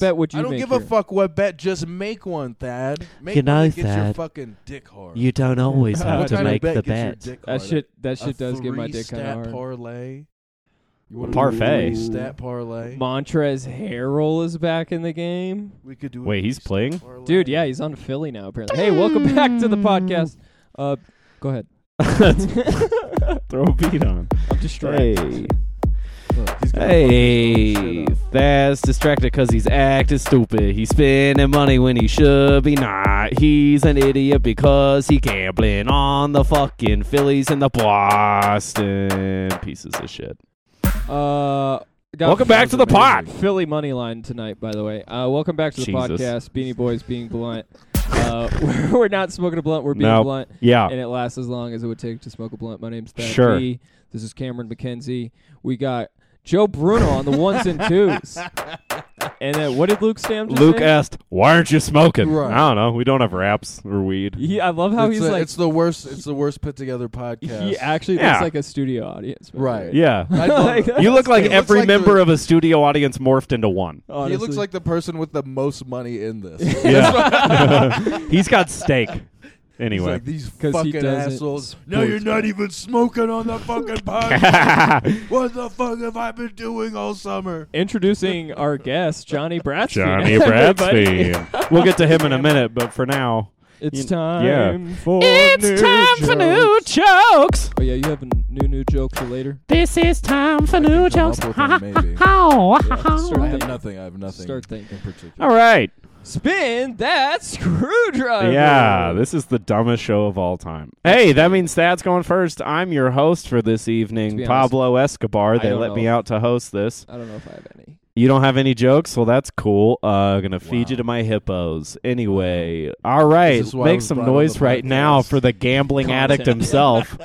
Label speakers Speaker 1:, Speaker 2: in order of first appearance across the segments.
Speaker 1: bet would you
Speaker 2: I don't
Speaker 1: make
Speaker 2: give a
Speaker 1: here?
Speaker 2: fuck what bet. Just make one, Thad. Make
Speaker 3: You
Speaker 2: one
Speaker 3: know,
Speaker 2: that gets your
Speaker 3: Thad,
Speaker 2: fucking dick hard.
Speaker 3: You don't always have
Speaker 2: what
Speaker 3: to
Speaker 2: kind
Speaker 3: make
Speaker 2: of bet
Speaker 3: the
Speaker 2: gets your
Speaker 3: bet.
Speaker 2: dick
Speaker 1: That
Speaker 2: hard?
Speaker 1: shit. That shit
Speaker 2: A
Speaker 1: does get my dick kind
Speaker 2: three-stat
Speaker 1: of hard.
Speaker 2: Parlay. You
Speaker 4: A
Speaker 2: wanna do a
Speaker 4: parfait.
Speaker 2: Three-stat parlay.
Speaker 1: Montrez Harrell is back in the game.
Speaker 2: we could do. a
Speaker 4: Wait, he's
Speaker 2: three-stat
Speaker 4: playing?
Speaker 2: parlay.
Speaker 1: Dude, yeah, he's on Philly now apparently. Hey, welcome back to the podcast. Uh, go ahead.
Speaker 4: Throw a beat on him.
Speaker 1: I'm distracted.
Speaker 2: Look, he's gonna fuck
Speaker 3: Hey,
Speaker 2: his shit up.
Speaker 3: that's distracted because he's acting stupid. He's spending money when he should be not. He's an idiot because he gambling on the fucking Phillies and the Boston pieces of shit.
Speaker 1: Uh, got-
Speaker 3: Welcome back to the pod.
Speaker 1: Philly money line tonight, by the way. Uh, welcome back to the
Speaker 3: Jesus.
Speaker 1: podcast. Beanie Boys being blunt. Uh, we're, we're not smoking a blunt. We're being
Speaker 4: No.
Speaker 1: blunt,
Speaker 4: Yeah.
Speaker 1: and it lasts as long as it would take to smoke a blunt. My name's Thad
Speaker 4: Ah. Sure.
Speaker 1: B. This is Cameron McKenzie. We got Joe Bruno on the ones and twos. And then what did Luke Stam just
Speaker 4: Luke
Speaker 1: say?
Speaker 4: asked, "Why aren't you smoking?"
Speaker 2: Right.
Speaker 4: I don't know. We don't have wraps or weed.
Speaker 1: He, I love how
Speaker 2: it's,
Speaker 1: he's
Speaker 2: a-
Speaker 1: like
Speaker 2: it's the worst. It's the worst put together podcast.
Speaker 1: He actually
Speaker 4: Yeah.
Speaker 1: looks like a studio audience. member.
Speaker 2: Right.
Speaker 4: Yeah.
Speaker 2: I love it.
Speaker 4: You look like
Speaker 2: It looks
Speaker 4: every
Speaker 2: like
Speaker 4: member
Speaker 2: the-
Speaker 4: of a studio audience morphed into one.
Speaker 2: He
Speaker 1: Honestly.
Speaker 2: looks like the person with the most money in this. He's
Speaker 4: Yeah. He's got steak. Anyway.
Speaker 2: like, these
Speaker 1: 'Cause he
Speaker 2: fucking
Speaker 1: doesn't
Speaker 2: assholes.
Speaker 1: sports
Speaker 2: No, you're not
Speaker 1: bet.
Speaker 2: even smoking on the fucking podcast. what the fuck have I been doing all summer?
Speaker 1: introducing our guest Johnny Bratsby.
Speaker 4: Johnny
Speaker 1: Everybody.
Speaker 4: Bratsby. we'll get to him in a minute, but for now,
Speaker 1: It's
Speaker 4: You-
Speaker 1: time
Speaker 4: yeah.
Speaker 1: for new
Speaker 3: It's time for new
Speaker 1: jokes.
Speaker 3: jokes.
Speaker 1: Oh yeah, you have a new new joke for later.
Speaker 3: This is time for
Speaker 2: can
Speaker 3: new
Speaker 2: come
Speaker 3: jokes. Oh,
Speaker 2: up with them, maybe.
Speaker 1: Start
Speaker 2: I
Speaker 1: thinking.
Speaker 2: have nothing. I have nothing.
Speaker 1: Start thinking.
Speaker 2: in particular.
Speaker 4: all right.
Speaker 1: Spin that screwdriver.
Speaker 4: Yeah, this is the dumbest show of all time. Hey, that means Thad's going first. I'm your host for this
Speaker 1: To
Speaker 4: evening,
Speaker 1: be honest,
Speaker 4: Pablo Escobar.
Speaker 1: I
Speaker 4: They
Speaker 1: don't
Speaker 4: let
Speaker 1: know.
Speaker 4: me out to host this.
Speaker 1: I don't know if I have any.
Speaker 4: You don't have any jokes? Well, that's cool. Uh, gonna feed you
Speaker 2: Wow.
Speaker 4: to my hippos. Anyway, all right.
Speaker 2: This is why I
Speaker 4: Make
Speaker 2: was
Speaker 4: some
Speaker 2: brought on
Speaker 4: noise
Speaker 2: the
Speaker 4: right
Speaker 2: podcast.
Speaker 4: now for the gambling addict
Speaker 1: Content.
Speaker 4: himself,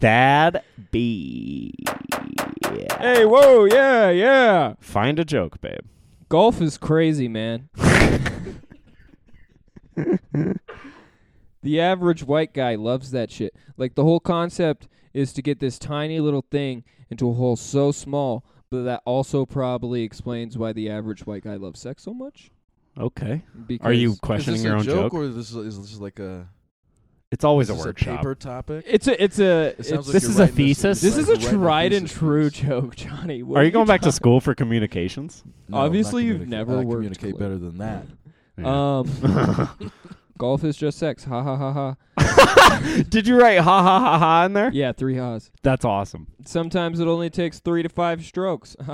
Speaker 4: Thad B.
Speaker 1: Hey, whoa, yeah, yeah.
Speaker 4: Find a joke, babe.
Speaker 1: Golf is crazy, man. the average white guy loves that shit. Like the whole concept is to get this tiny little thing into a hole so small, but that also probably explains why the average white guy loves sex so much.
Speaker 4: Okay.
Speaker 1: Because
Speaker 4: Are you
Speaker 2: Is
Speaker 4: questioning
Speaker 2: this
Speaker 4: your
Speaker 2: a
Speaker 4: own joke?
Speaker 2: or is this, is this like a?
Speaker 4: It's always
Speaker 2: Is
Speaker 4: a
Speaker 2: this
Speaker 4: workshop.
Speaker 2: paper topic.
Speaker 1: It's a. It's a.
Speaker 2: It sounds
Speaker 1: it's-
Speaker 2: like
Speaker 4: this
Speaker 2: you're
Speaker 4: is a
Speaker 2: writing in-
Speaker 4: thesis?
Speaker 1: this is
Speaker 2: you're
Speaker 1: a
Speaker 2: writing
Speaker 1: tried and
Speaker 2: thesis
Speaker 1: true
Speaker 2: piece.
Speaker 1: joke, Johnny. What
Speaker 4: Are you going back to
Speaker 1: talking-
Speaker 4: school for communications?
Speaker 2: No, I'm not
Speaker 1: Obviously, you've
Speaker 2: communica-
Speaker 1: never
Speaker 2: I
Speaker 1: worked
Speaker 2: communicate
Speaker 1: with-
Speaker 2: better than that.
Speaker 1: Um,
Speaker 2: Uh,
Speaker 1: golf is just sex. Ha ha ha ha.
Speaker 4: Did you write ha ha ha ha in there?
Speaker 1: Yeah, three ha's.
Speaker 4: That's awesome.
Speaker 1: Sometimes it only takes three to five strokes.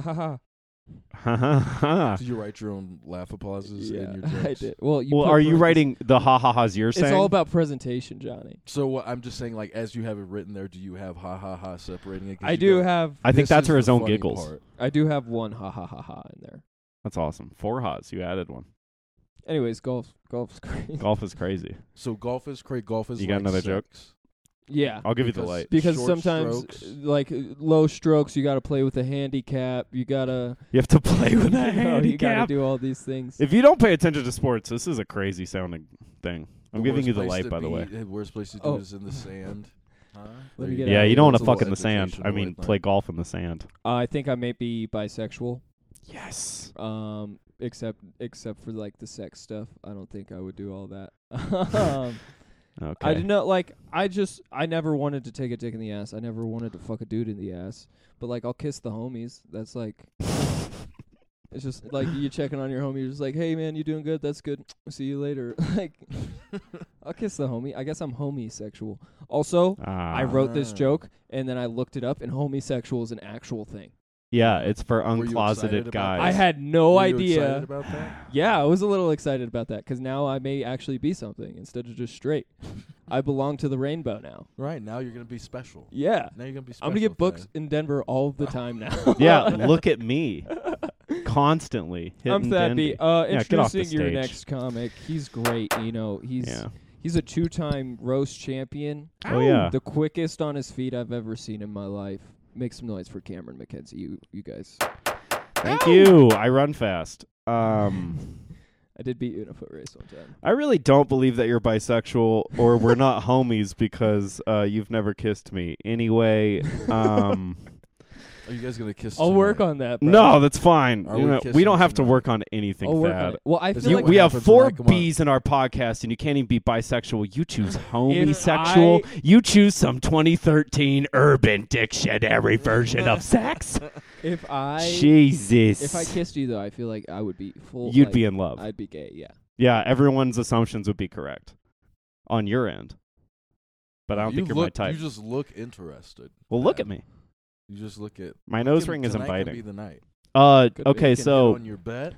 Speaker 1: Ha
Speaker 4: Ha
Speaker 1: ha ha.
Speaker 4: ha ha.
Speaker 2: Did you write your own laugh applauses in your jokes?
Speaker 1: I did. Well, you
Speaker 4: Well,
Speaker 1: put
Speaker 4: are you
Speaker 1: parentheses-
Speaker 4: writing the ha ha ha's you're
Speaker 1: It's
Speaker 4: saying?
Speaker 1: all about presentation, Johnny.
Speaker 2: So what, I'm just saying, like as you have it written there, do you have ha ha ha separating it? 'Cause
Speaker 1: I
Speaker 2: you
Speaker 1: do
Speaker 2: go,
Speaker 1: have.
Speaker 4: I think
Speaker 2: "This
Speaker 4: that's
Speaker 2: is
Speaker 4: for
Speaker 2: the
Speaker 4: his own
Speaker 2: funny
Speaker 4: giggles.
Speaker 2: part."
Speaker 1: I do have one. Ha ha ha ha in there.
Speaker 4: That's awesome. Four ha's. You added one.
Speaker 1: Anyways, golf. Golf's crazy.
Speaker 4: Golf is crazy.
Speaker 2: So golf is crazy. Golf is.
Speaker 4: You got
Speaker 2: like
Speaker 4: another
Speaker 2: sex.
Speaker 4: joke?
Speaker 1: Yeah.
Speaker 4: I'll give you the
Speaker 2: Because-
Speaker 4: light.
Speaker 1: Because
Speaker 2: Short
Speaker 1: sometimes,
Speaker 2: strokes.
Speaker 1: uh, like uh, low strokes, you got to play with a handicap. You gotta
Speaker 4: You have to play with a
Speaker 1: you know, You gotta
Speaker 4: handicap.
Speaker 1: do all these things.
Speaker 4: If you don't pay attention to sports, this is a crazy sounding thing. I'm giving
Speaker 2: worst
Speaker 4: you the
Speaker 2: place
Speaker 4: light,
Speaker 2: to
Speaker 4: by the
Speaker 2: be-
Speaker 4: way.
Speaker 2: The worst place to do
Speaker 1: Oh.
Speaker 2: is in the sand. Huh?
Speaker 1: Let
Speaker 2: There
Speaker 1: me get
Speaker 2: go.
Speaker 1: out
Speaker 4: Yeah,
Speaker 1: of
Speaker 4: you don't want
Speaker 2: That's
Speaker 4: to
Speaker 2: a little
Speaker 4: fuck in the sand. I
Speaker 2: educational
Speaker 4: mean,
Speaker 2: at night.
Speaker 4: play golf in the sand.
Speaker 1: Uh, I think I may be bisexual.
Speaker 4: Yes.
Speaker 1: Um, except except for like the sex stuff, I don't think I would do all that. um,
Speaker 4: Okay.
Speaker 1: I did not like. I just. I never wanted to take a dick in the ass. I never wanted to fuck a dude in the ass. But like, I'll kiss the homies. That's like. it's just like you checking on your homie. You're just like, hey man, you doing good? That's good. See you later. like, I'll kiss the homie. I guess I'm homosexual. Also, I
Speaker 4: Ah.
Speaker 1: wrote this
Speaker 2: Ah.
Speaker 1: joke and then I looked it up, and homosexual is an actual thing.
Speaker 4: Yeah, it's for
Speaker 2: Were you excited
Speaker 4: uncloseted
Speaker 2: about
Speaker 4: guys.
Speaker 1: I had no
Speaker 2: Were you excited
Speaker 1: idea.
Speaker 2: about that?
Speaker 1: Yeah, I was a little excited about that because now I may actually be something instead of just straight. I belong to the rainbow now.
Speaker 2: Right now, you're gonna be special.
Speaker 1: Yeah.
Speaker 2: Now you're gonna be. Special
Speaker 1: I'm gonna get booked
Speaker 2: today.
Speaker 1: in Denver all the time now.
Speaker 4: yeah, look at me. Constantly.
Speaker 1: I'm
Speaker 4: hitting
Speaker 1: Thad B.
Speaker 4: dandy.
Speaker 1: Uh,
Speaker 4: Yeah, get off the
Speaker 1: introducing your
Speaker 4: stage.
Speaker 1: next comic. He's great. You know, he's
Speaker 4: Yeah.
Speaker 1: he's a two-time roast champion.
Speaker 4: Oh, yeah.
Speaker 1: The quickest on his feet I've ever seen in my life. Make some noise for Cameron McKenzie, you you guys.
Speaker 4: Thank you. I run fast. Um,
Speaker 1: I did beat you in a foot race one time.
Speaker 4: I really don't believe that you're bisexual or we're not homies because uh, you've never kissed me. Anyway, um,
Speaker 2: Are you guys gonna kiss?
Speaker 1: I'll work
Speaker 2: tonight?
Speaker 1: on that. Bro.
Speaker 4: No, that's fine.
Speaker 2: Are
Speaker 4: You
Speaker 2: we
Speaker 4: know, we
Speaker 2: kissing
Speaker 4: don't have to
Speaker 2: tonight? Oh,
Speaker 4: work on anything,
Speaker 1: I'll work on
Speaker 4: Thad.
Speaker 1: it. Well, I
Speaker 2: Is
Speaker 1: feel
Speaker 2: it
Speaker 1: like
Speaker 2: what
Speaker 4: we have
Speaker 2: happens
Speaker 4: four
Speaker 2: tonight? Come on.
Speaker 4: B's in our podcast, and you can't even be bisexual. You choose
Speaker 1: If
Speaker 4: homosexual.
Speaker 1: I-
Speaker 4: You choose some 2013 Urban Dictionary version of sex.
Speaker 1: if I
Speaker 4: Jesus,
Speaker 1: if I kissed you though, I feel like I would be full.
Speaker 4: you'd
Speaker 1: like,
Speaker 4: be in love.
Speaker 1: I'd be gay. Yeah.
Speaker 4: yeah, everyone's assumptions would be correct on your end, but I don't
Speaker 2: You
Speaker 4: think you're
Speaker 2: look-
Speaker 4: my type.
Speaker 2: You just look interested.
Speaker 4: well, look
Speaker 2: Dad.
Speaker 4: at me.
Speaker 2: You just look at.
Speaker 4: My nose
Speaker 2: Give-
Speaker 4: ring is
Speaker 2: tonight could
Speaker 4: inviting.
Speaker 2: Be the night.
Speaker 4: Uh,
Speaker 1: Could be.
Speaker 4: okay,
Speaker 2: You can
Speaker 4: so
Speaker 2: get on your bet,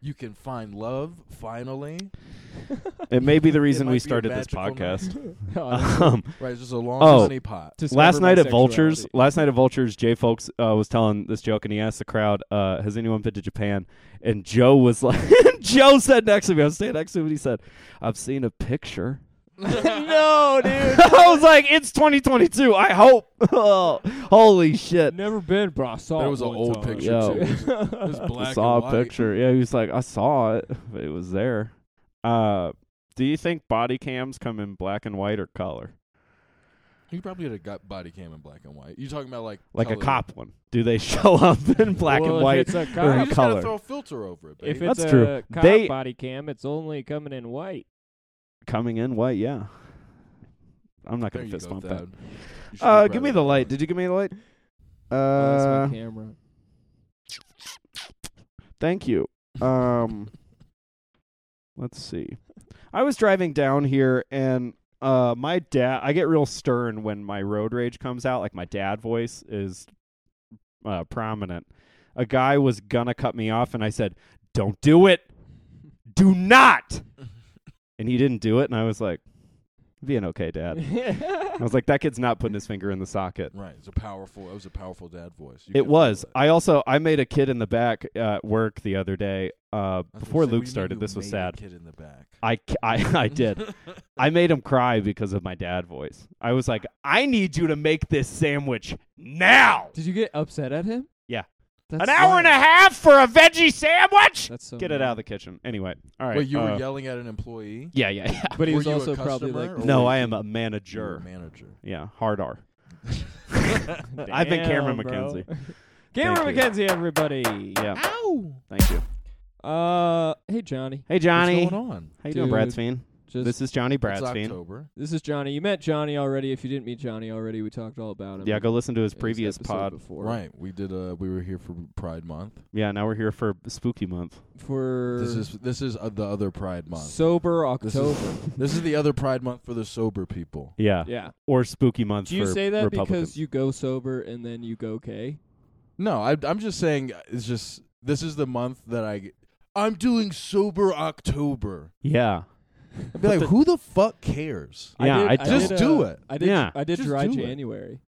Speaker 2: you can find love finally.
Speaker 4: it may be the reason
Speaker 2: might
Speaker 4: we
Speaker 2: be a
Speaker 4: started this
Speaker 2: magical night.
Speaker 4: podcast.
Speaker 1: Honestly,
Speaker 4: um,
Speaker 2: Right, it's just a long
Speaker 4: Oh.
Speaker 2: honey pot.
Speaker 1: discover
Speaker 4: last
Speaker 1: my
Speaker 4: night at Vultures,
Speaker 1: sexuality.
Speaker 4: last night at Vultures, Jay Folks uh, was telling this joke, and he asked the crowd, uh, "Has anyone been to Japan?" And Joe was like, "Joe said next to me, I was standing next to him, and he said, "I've seen a picture."
Speaker 1: no, dude.
Speaker 4: I was like, "It's 2022. I hope." oh, holy shit!
Speaker 1: Never been, bro. I saw
Speaker 2: There
Speaker 1: it
Speaker 2: was an
Speaker 1: one
Speaker 2: old
Speaker 1: time.
Speaker 2: picture
Speaker 4: Yo.
Speaker 2: too. It was- it was black
Speaker 4: I saw
Speaker 2: and
Speaker 4: a
Speaker 2: white.
Speaker 4: picture. Yeah, he was like, "I saw it. but It was there." Uh, do you think body cams come in black and white or color,
Speaker 2: You probably had a got body cam in black and white. You talking about like
Speaker 4: like
Speaker 2: color.
Speaker 4: a cop one? Do they show up in black
Speaker 1: Well,
Speaker 4: and
Speaker 1: if
Speaker 4: white?
Speaker 1: It's a
Speaker 2: You
Speaker 4: or
Speaker 1: cop,
Speaker 2: just
Speaker 4: color.
Speaker 2: gotta throw a filter over it.
Speaker 1: if
Speaker 2: Baby.
Speaker 1: it's
Speaker 4: That's
Speaker 1: a
Speaker 4: true.
Speaker 1: cop
Speaker 4: They-
Speaker 1: body cam, it's only coming in white.
Speaker 4: coming in white. Yeah, I'm not
Speaker 2: there
Speaker 4: gonna
Speaker 2: you
Speaker 4: fist
Speaker 2: go,
Speaker 4: bump that.
Speaker 2: Thad. You should be
Speaker 4: Uh,
Speaker 2: proud
Speaker 4: give
Speaker 2: of
Speaker 4: me the
Speaker 2: that.
Speaker 4: light. Did you give me the light?
Speaker 1: Oh, that's
Speaker 4: Uh,
Speaker 1: my camera.
Speaker 4: thank you. Um, let's see. I was driving down here, and uh, my dad. I get real stern when my road rage comes out. Like my dad voice is uh, prominent. A guy was gonna cut me off, and I said, "Don't do it. Do not." And he didn't do it, and I was like, "Being okay, dad." I was like, "That kid's not putting his finger in the socket."
Speaker 2: Right, it's a powerful. It was a powerful dad voice. You could
Speaker 4: It
Speaker 2: feel
Speaker 4: was. I also I made a kid in the back at work the other day. Uh,
Speaker 2: I was gonna
Speaker 4: before
Speaker 2: say, what do you
Speaker 4: Luke
Speaker 2: mean
Speaker 4: started,
Speaker 2: you
Speaker 4: this was
Speaker 2: made a
Speaker 4: sad.
Speaker 2: Kid in the back.
Speaker 4: I, ca- I I did. I made him cry because of my dad voice. I was like, I need you to make this sandwich now.
Speaker 1: Did you get upset at him?
Speaker 4: Yeah.
Speaker 1: That's
Speaker 4: An hour and a
Speaker 1: nice.
Speaker 4: half for a veggie sandwich.
Speaker 1: That's so
Speaker 4: Get it out of the kitchen. Anyway, all right.
Speaker 2: Wait, you were
Speaker 4: uh,
Speaker 2: yelling at an employee?
Speaker 4: yeah, yeah, yeah.
Speaker 1: But he
Speaker 2: Were
Speaker 1: was
Speaker 2: you a
Speaker 1: also probably
Speaker 2: customer,
Speaker 1: like,
Speaker 2: or
Speaker 4: No,
Speaker 2: were
Speaker 4: I
Speaker 2: you-
Speaker 4: am a
Speaker 2: You were a
Speaker 4: manager.
Speaker 2: manager.
Speaker 4: Yeah, hard R. I've been Cameron
Speaker 1: "Damn, bro."
Speaker 4: McKenzie.
Speaker 1: Cameron
Speaker 4: Thank
Speaker 1: McKenzie, everybody.
Speaker 4: Yeah. Thank you.
Speaker 1: Uh, hey Johnny.
Speaker 4: Hey, Johnny.
Speaker 2: What's going on?
Speaker 4: How you doing, Brad
Speaker 1: Dude,
Speaker 4: Sveen?
Speaker 1: Just
Speaker 4: This is Johnny
Speaker 2: it's
Speaker 4: Bradsfeen.
Speaker 2: October.
Speaker 1: This is Johnny. You met Johnny already. If you didn't meet Johnny already, we talked all about him.
Speaker 4: Yeah, go listen to his
Speaker 1: in this
Speaker 4: previous
Speaker 1: episode
Speaker 4: pod.
Speaker 1: before.
Speaker 2: Right. We did. Uh, we were here for Pride Month.
Speaker 4: Yeah, now we're here for spooky month.
Speaker 1: for
Speaker 2: This is this is uh, the other Pride Month.
Speaker 1: sober
Speaker 2: This
Speaker 1: October.
Speaker 2: is this is the other Pride Month for the sober people.
Speaker 4: Yeah.
Speaker 1: yeah.
Speaker 4: Or spooky month
Speaker 1: Do you
Speaker 4: for
Speaker 1: say that
Speaker 4: Republicans.
Speaker 1: because you go sober and then you go gay?
Speaker 2: No, I, I'm just saying. uh, It's just this is the month that I. I'm doing sober October.
Speaker 4: Yeah.
Speaker 2: I'd be like, who the fuck cares?
Speaker 1: I
Speaker 4: Yeah,
Speaker 1: did-
Speaker 4: I
Speaker 1: I
Speaker 2: Just
Speaker 1: did,
Speaker 2: do
Speaker 1: uh,
Speaker 2: it.
Speaker 1: I did.
Speaker 4: Yeah,
Speaker 1: I did
Speaker 2: just
Speaker 1: dry
Speaker 2: do it.
Speaker 1: January.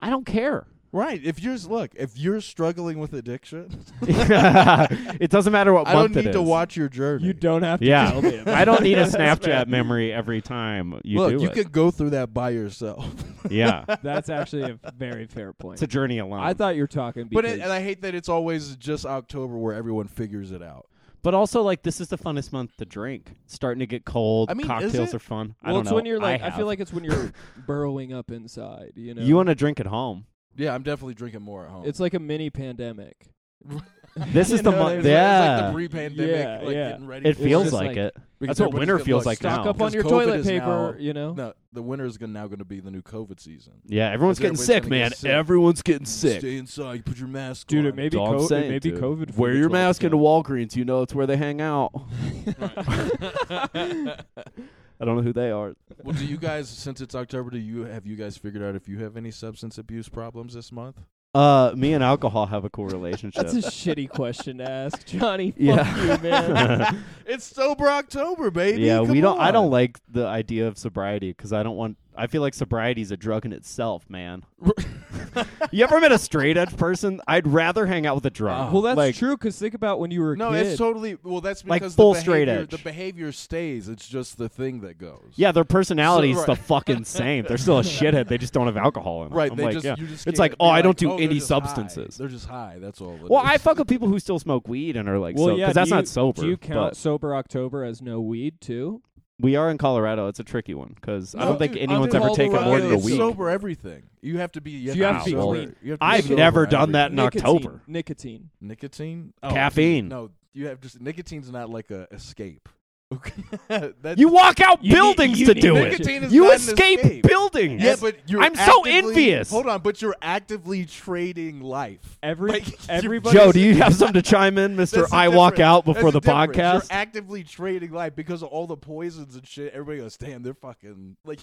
Speaker 4: I don't care.
Speaker 2: Right. If you're look, if you're struggling with addiction,
Speaker 4: it doesn't matter what
Speaker 2: I
Speaker 4: month
Speaker 2: don't
Speaker 4: it
Speaker 2: need to
Speaker 4: is.
Speaker 2: watch your journey.
Speaker 1: You don't have to
Speaker 4: Yeah.
Speaker 1: tell me. about
Speaker 4: I don't need a
Speaker 1: this,
Speaker 4: Snapchat
Speaker 1: man.
Speaker 4: memory every time you
Speaker 2: look.
Speaker 4: do
Speaker 2: you
Speaker 4: it.
Speaker 2: could go through that by yourself.
Speaker 4: yeah.
Speaker 1: That's actually a very fair point.
Speaker 4: It's a journey alone.
Speaker 1: I thought you were talking because
Speaker 2: But it, and I hate that it's always just October where everyone figures it out.
Speaker 4: but also like this is the funnest month to drink. It's starting to get cold.
Speaker 2: I mean, is
Speaker 4: Cocktails
Speaker 2: it?
Speaker 4: are fun. I
Speaker 1: well,
Speaker 4: don't
Speaker 1: it's
Speaker 4: know.
Speaker 1: when you're like
Speaker 4: I,
Speaker 1: I, feel like it's when you're burrowing up inside. You know,
Speaker 4: you want to drink at home.
Speaker 2: Yeah, I'm definitely drinking more at home.
Speaker 1: It's like a mini pandemic.
Speaker 4: This
Speaker 1: You
Speaker 4: is the
Speaker 1: know,
Speaker 4: month.
Speaker 1: it's
Speaker 2: It's like-
Speaker 4: yeah.
Speaker 2: it's like the pre-pandemic,
Speaker 1: Yeah,
Speaker 2: like
Speaker 1: yeah.
Speaker 2: getting ready.
Speaker 4: it
Speaker 2: for
Speaker 4: feels
Speaker 1: just
Speaker 2: it.
Speaker 4: like,
Speaker 1: like-
Speaker 4: it.
Speaker 2: Because
Speaker 4: That's what
Speaker 2: everybody's
Speaker 4: winter
Speaker 2: gonna
Speaker 4: feels
Speaker 2: look,
Speaker 4: like
Speaker 1: Stock
Speaker 4: now.
Speaker 1: up on your
Speaker 2: 'Cause COVID
Speaker 1: toilet
Speaker 2: is
Speaker 1: paper.
Speaker 2: now-
Speaker 1: you know,
Speaker 2: No, the winter is gonna, now going to be the new COVID season.
Speaker 4: Yeah, everyone's
Speaker 2: Because
Speaker 4: getting
Speaker 2: everybody's
Speaker 4: sick,
Speaker 2: gonna get
Speaker 4: man.
Speaker 2: sick.
Speaker 4: Everyone's getting sick.
Speaker 2: Stay inside. You put your mask
Speaker 1: dude,
Speaker 2: on.
Speaker 1: it may be,
Speaker 4: That's all I'm
Speaker 1: co-
Speaker 4: saying,
Speaker 1: it may be
Speaker 4: dude.
Speaker 1: COVID. for
Speaker 4: Wear
Speaker 1: the
Speaker 4: your
Speaker 1: 12th
Speaker 4: mask into
Speaker 1: time.
Speaker 4: Walgreens. You know it's where they hang out. I don't know who they are.
Speaker 2: well, do you guys, since it's October, do you have you guys figured out if you have any substance abuse problems this month?
Speaker 4: Uh, me and alcohol have a cool relationship.
Speaker 1: That's a shitty question to ask, Johnny. Fuck
Speaker 4: Yeah.
Speaker 1: you, man.
Speaker 2: It's sober October, baby.
Speaker 4: yeah, we
Speaker 2: Come
Speaker 4: don't. I
Speaker 2: on.
Speaker 4: don't like the idea of sobriety because I don't want. I feel like sobriety's a drug in itself, man. you ever met a straight edge person? I'd rather hang out with a drunk.
Speaker 1: Oh, well, that's true
Speaker 4: like,
Speaker 1: 'cause true. Because think about when you were a
Speaker 2: No,
Speaker 1: kid.
Speaker 2: it's totally well. That's
Speaker 4: Like
Speaker 2: because
Speaker 4: full
Speaker 2: the
Speaker 4: straight
Speaker 2: behavior-
Speaker 4: edge.
Speaker 2: The behavior stays. It's just the thing that goes.
Speaker 4: Yeah, their personality's
Speaker 2: So-
Speaker 4: the fucking same. They're still a shithead. They just don't have alcohol in them.
Speaker 2: Right.
Speaker 4: I'm
Speaker 2: they
Speaker 4: like,
Speaker 2: just,
Speaker 4: yeah.
Speaker 2: you just
Speaker 4: it's
Speaker 2: can't
Speaker 4: like,
Speaker 2: be
Speaker 4: oh, I don't do
Speaker 2: "Oh, they're
Speaker 4: any
Speaker 2: just high.
Speaker 4: substances.
Speaker 2: They're just high. That's all. it
Speaker 4: Well,
Speaker 2: is.
Speaker 4: I fuck with people who still smoke weed and are like,
Speaker 1: well,
Speaker 4: so,
Speaker 1: yeah.
Speaker 4: 'cause
Speaker 1: do
Speaker 4: that's
Speaker 1: you,
Speaker 4: not sober.
Speaker 1: Do you count
Speaker 4: but-
Speaker 1: sober October as no weed too?
Speaker 4: We are in Colorado. It's a tricky one because I
Speaker 2: No,
Speaker 4: don't think
Speaker 2: dude,
Speaker 4: anyone's
Speaker 1: I'm in
Speaker 4: ever taken more than a
Speaker 2: Colorado, it's
Speaker 4: week.
Speaker 2: Sober everything. You have to be. You
Speaker 1: So
Speaker 2: have,
Speaker 1: you
Speaker 2: to, be
Speaker 4: have to be
Speaker 2: sober.
Speaker 1: clean.
Speaker 2: You have to be
Speaker 4: I've
Speaker 2: sober
Speaker 4: never done that in
Speaker 2: everything.
Speaker 1: Nicotine.
Speaker 4: October.
Speaker 1: Nicotine.
Speaker 2: Nicotine, Oh,
Speaker 4: Caffeine.
Speaker 2: No, you have just nicotine's not like a escape. Okay, That's-
Speaker 4: You walk out
Speaker 3: You need-
Speaker 4: buildings
Speaker 3: you
Speaker 4: to
Speaker 3: need
Speaker 4: do it.
Speaker 2: Nicotine is
Speaker 4: You
Speaker 2: not an
Speaker 4: escape,
Speaker 2: escape.
Speaker 4: buildings.
Speaker 2: Yeah, but you're
Speaker 4: I'm so
Speaker 2: actively-
Speaker 4: envious.
Speaker 2: Hold on, but you're actively trading life.
Speaker 1: Every
Speaker 2: Like, you're-
Speaker 1: everybody.
Speaker 4: Joe, do you have something to chime in, Mister?
Speaker 2: That's the
Speaker 4: I walk
Speaker 2: difference.
Speaker 4: out
Speaker 2: That's
Speaker 4: before the
Speaker 2: difference.
Speaker 4: podcast.
Speaker 2: You're actively trading life because of all the poisons and shit. Everybody goes, damn, they're fucking like.